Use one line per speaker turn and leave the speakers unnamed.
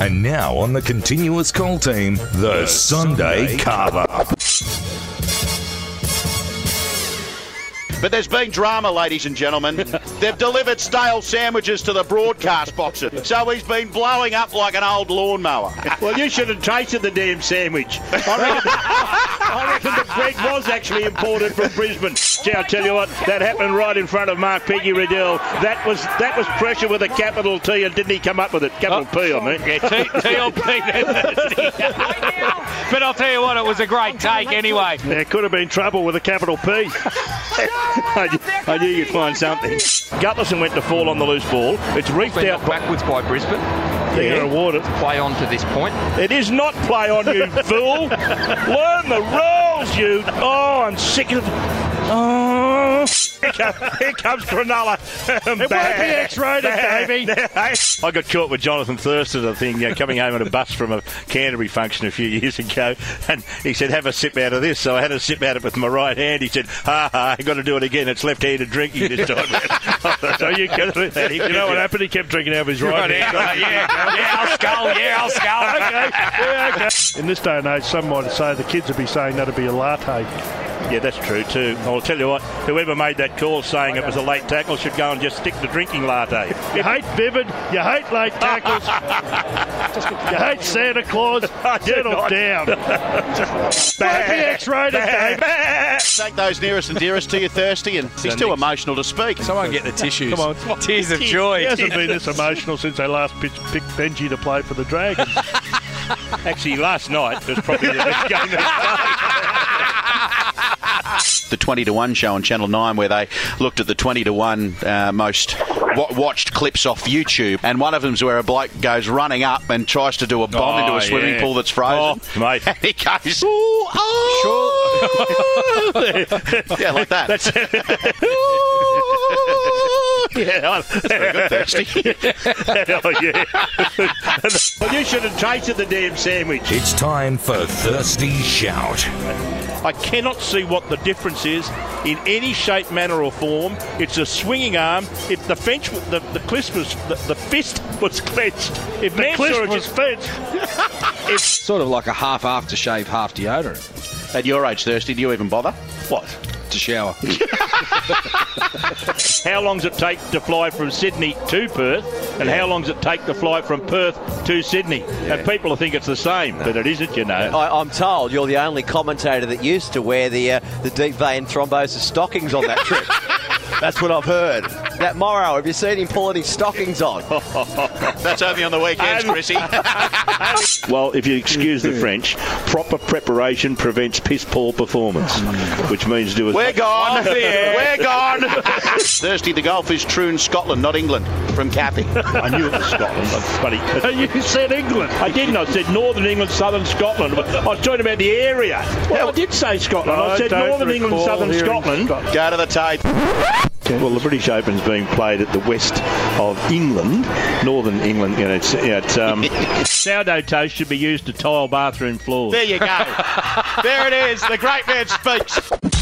And now on the continuous call team, the Sunday Carver.
But there's been drama, ladies and gentlemen. They've delivered stale sandwiches to the broadcast boxes, so he's been blowing up like an old lawnmower.
Well, you should have tasted the damn sandwich. I reckon, I reckon the bread was actually imported from Brisbane. Gee, I tell you what, that happened right in front of Mark Piggy Riddell. That was that was pressure with a capital T, and didn't he come up with it? Capital P, I mean.
Yeah, T- TLP. but I'll tell you what, it was a great take anyway.
There could have been trouble with a capital P. I, I knew you'd find something. Gutlerson went to fall on the loose ball. It's reefed
Been
out.
knocked backwards by Brisbane.
They're going to award it.
Play on to this point.
It is not play on, you fool. Learn the rules, you. Oh, I'm sick of. Oh. Here, come, here comes Cronulla. it won't be X-rated, baby. I got caught with Jonathan Thurston, I think, you know, coming home on a bus from a Canterbury function a few years ago, and he said, "Have a sip out of this." So I had a sip out of it with my right hand. He said, "Ha ha, I got to do it again. It's left-handed drinking this time." round." so you can do that. You know what happened? He kept drinking out of his right hand.
Yeah, I'll skull. Yeah, I'll skull.
In this day and age, some might say the kids would be saying that'd be a latte.
Yeah, that's true too. I'll tell you what, whoever made that call saying it was a late tackle should go and just stick to drinking latte.
You hate Vivid, you hate late tackles, you hate Santa Claus. Settle down. Don't be X-rated, Dave.
Take those nearest and dearest to you, thirsty, and he's too emotional to speak.
Someone get the tissues.
Come
on. Tears of
He
joy.
hasn't been this emotional since they last pitch, picked Benji to play for the Dragons.
Actually, last night was probably the best game. That
the 20 to 1 show on Channel 9 where they looked at the 20 to 1 uh, most wa watched clips off YouTube. And one of them's where a bloke goes running up and tries to do a bomb
Oh,
into a swimming
yeah.
pool that's frozen.
Oh, mate.
And he goes, Ooh, oh. yeah, like that. That's
yeah,
very good, Thirsty.
oh, yeah. well, you should have tasted the damn sandwich.
It's time for Thirsty Shout.
I cannot see what the difference is in any shape, manner, or form. It's a swinging arm. If the fence, w- the, the cliff was, the, the fist was clenched. If the
Cliff was fenced.
Sort of like a half aftershave, half deodorant
At your age, Thirsty, do you even bother?
what?
to shower.
How long does it take to fly from Sydney to Perth, and how long does it take to fly from Perth to Sydney? And people think it's the same, but it isn't, you know.
I, I'm told you're the only commentator that used to wear the uh, the deep vein thrombosis stockings on that trip. That's what I've heard. That Morrow, have you seen him pulling his stockings on?
That's only on the weekends, Chrissy.
Well, if you excuse the French, proper preparation prevents piss poor performance, which means do as
We're gone. We're gone. Thirsty, the golf is true in Scotland, not England. From Kathy.
I knew it was Scotland, but buddy.
You said England.
I didn't. I said Northern England, Southern Scotland. I was talking about the area. Well, I did say Scotland. I,
I
said
don't
Northern England,
recall
Southern
hearing
Scotland.
Go to the tape.
Well, the British Open's being played at the west of England, Northern England. You know, it's, yeah, it's, um... Sourdough toast should be used to tile bathroom floors.
There you go. there it is. The great man speaks.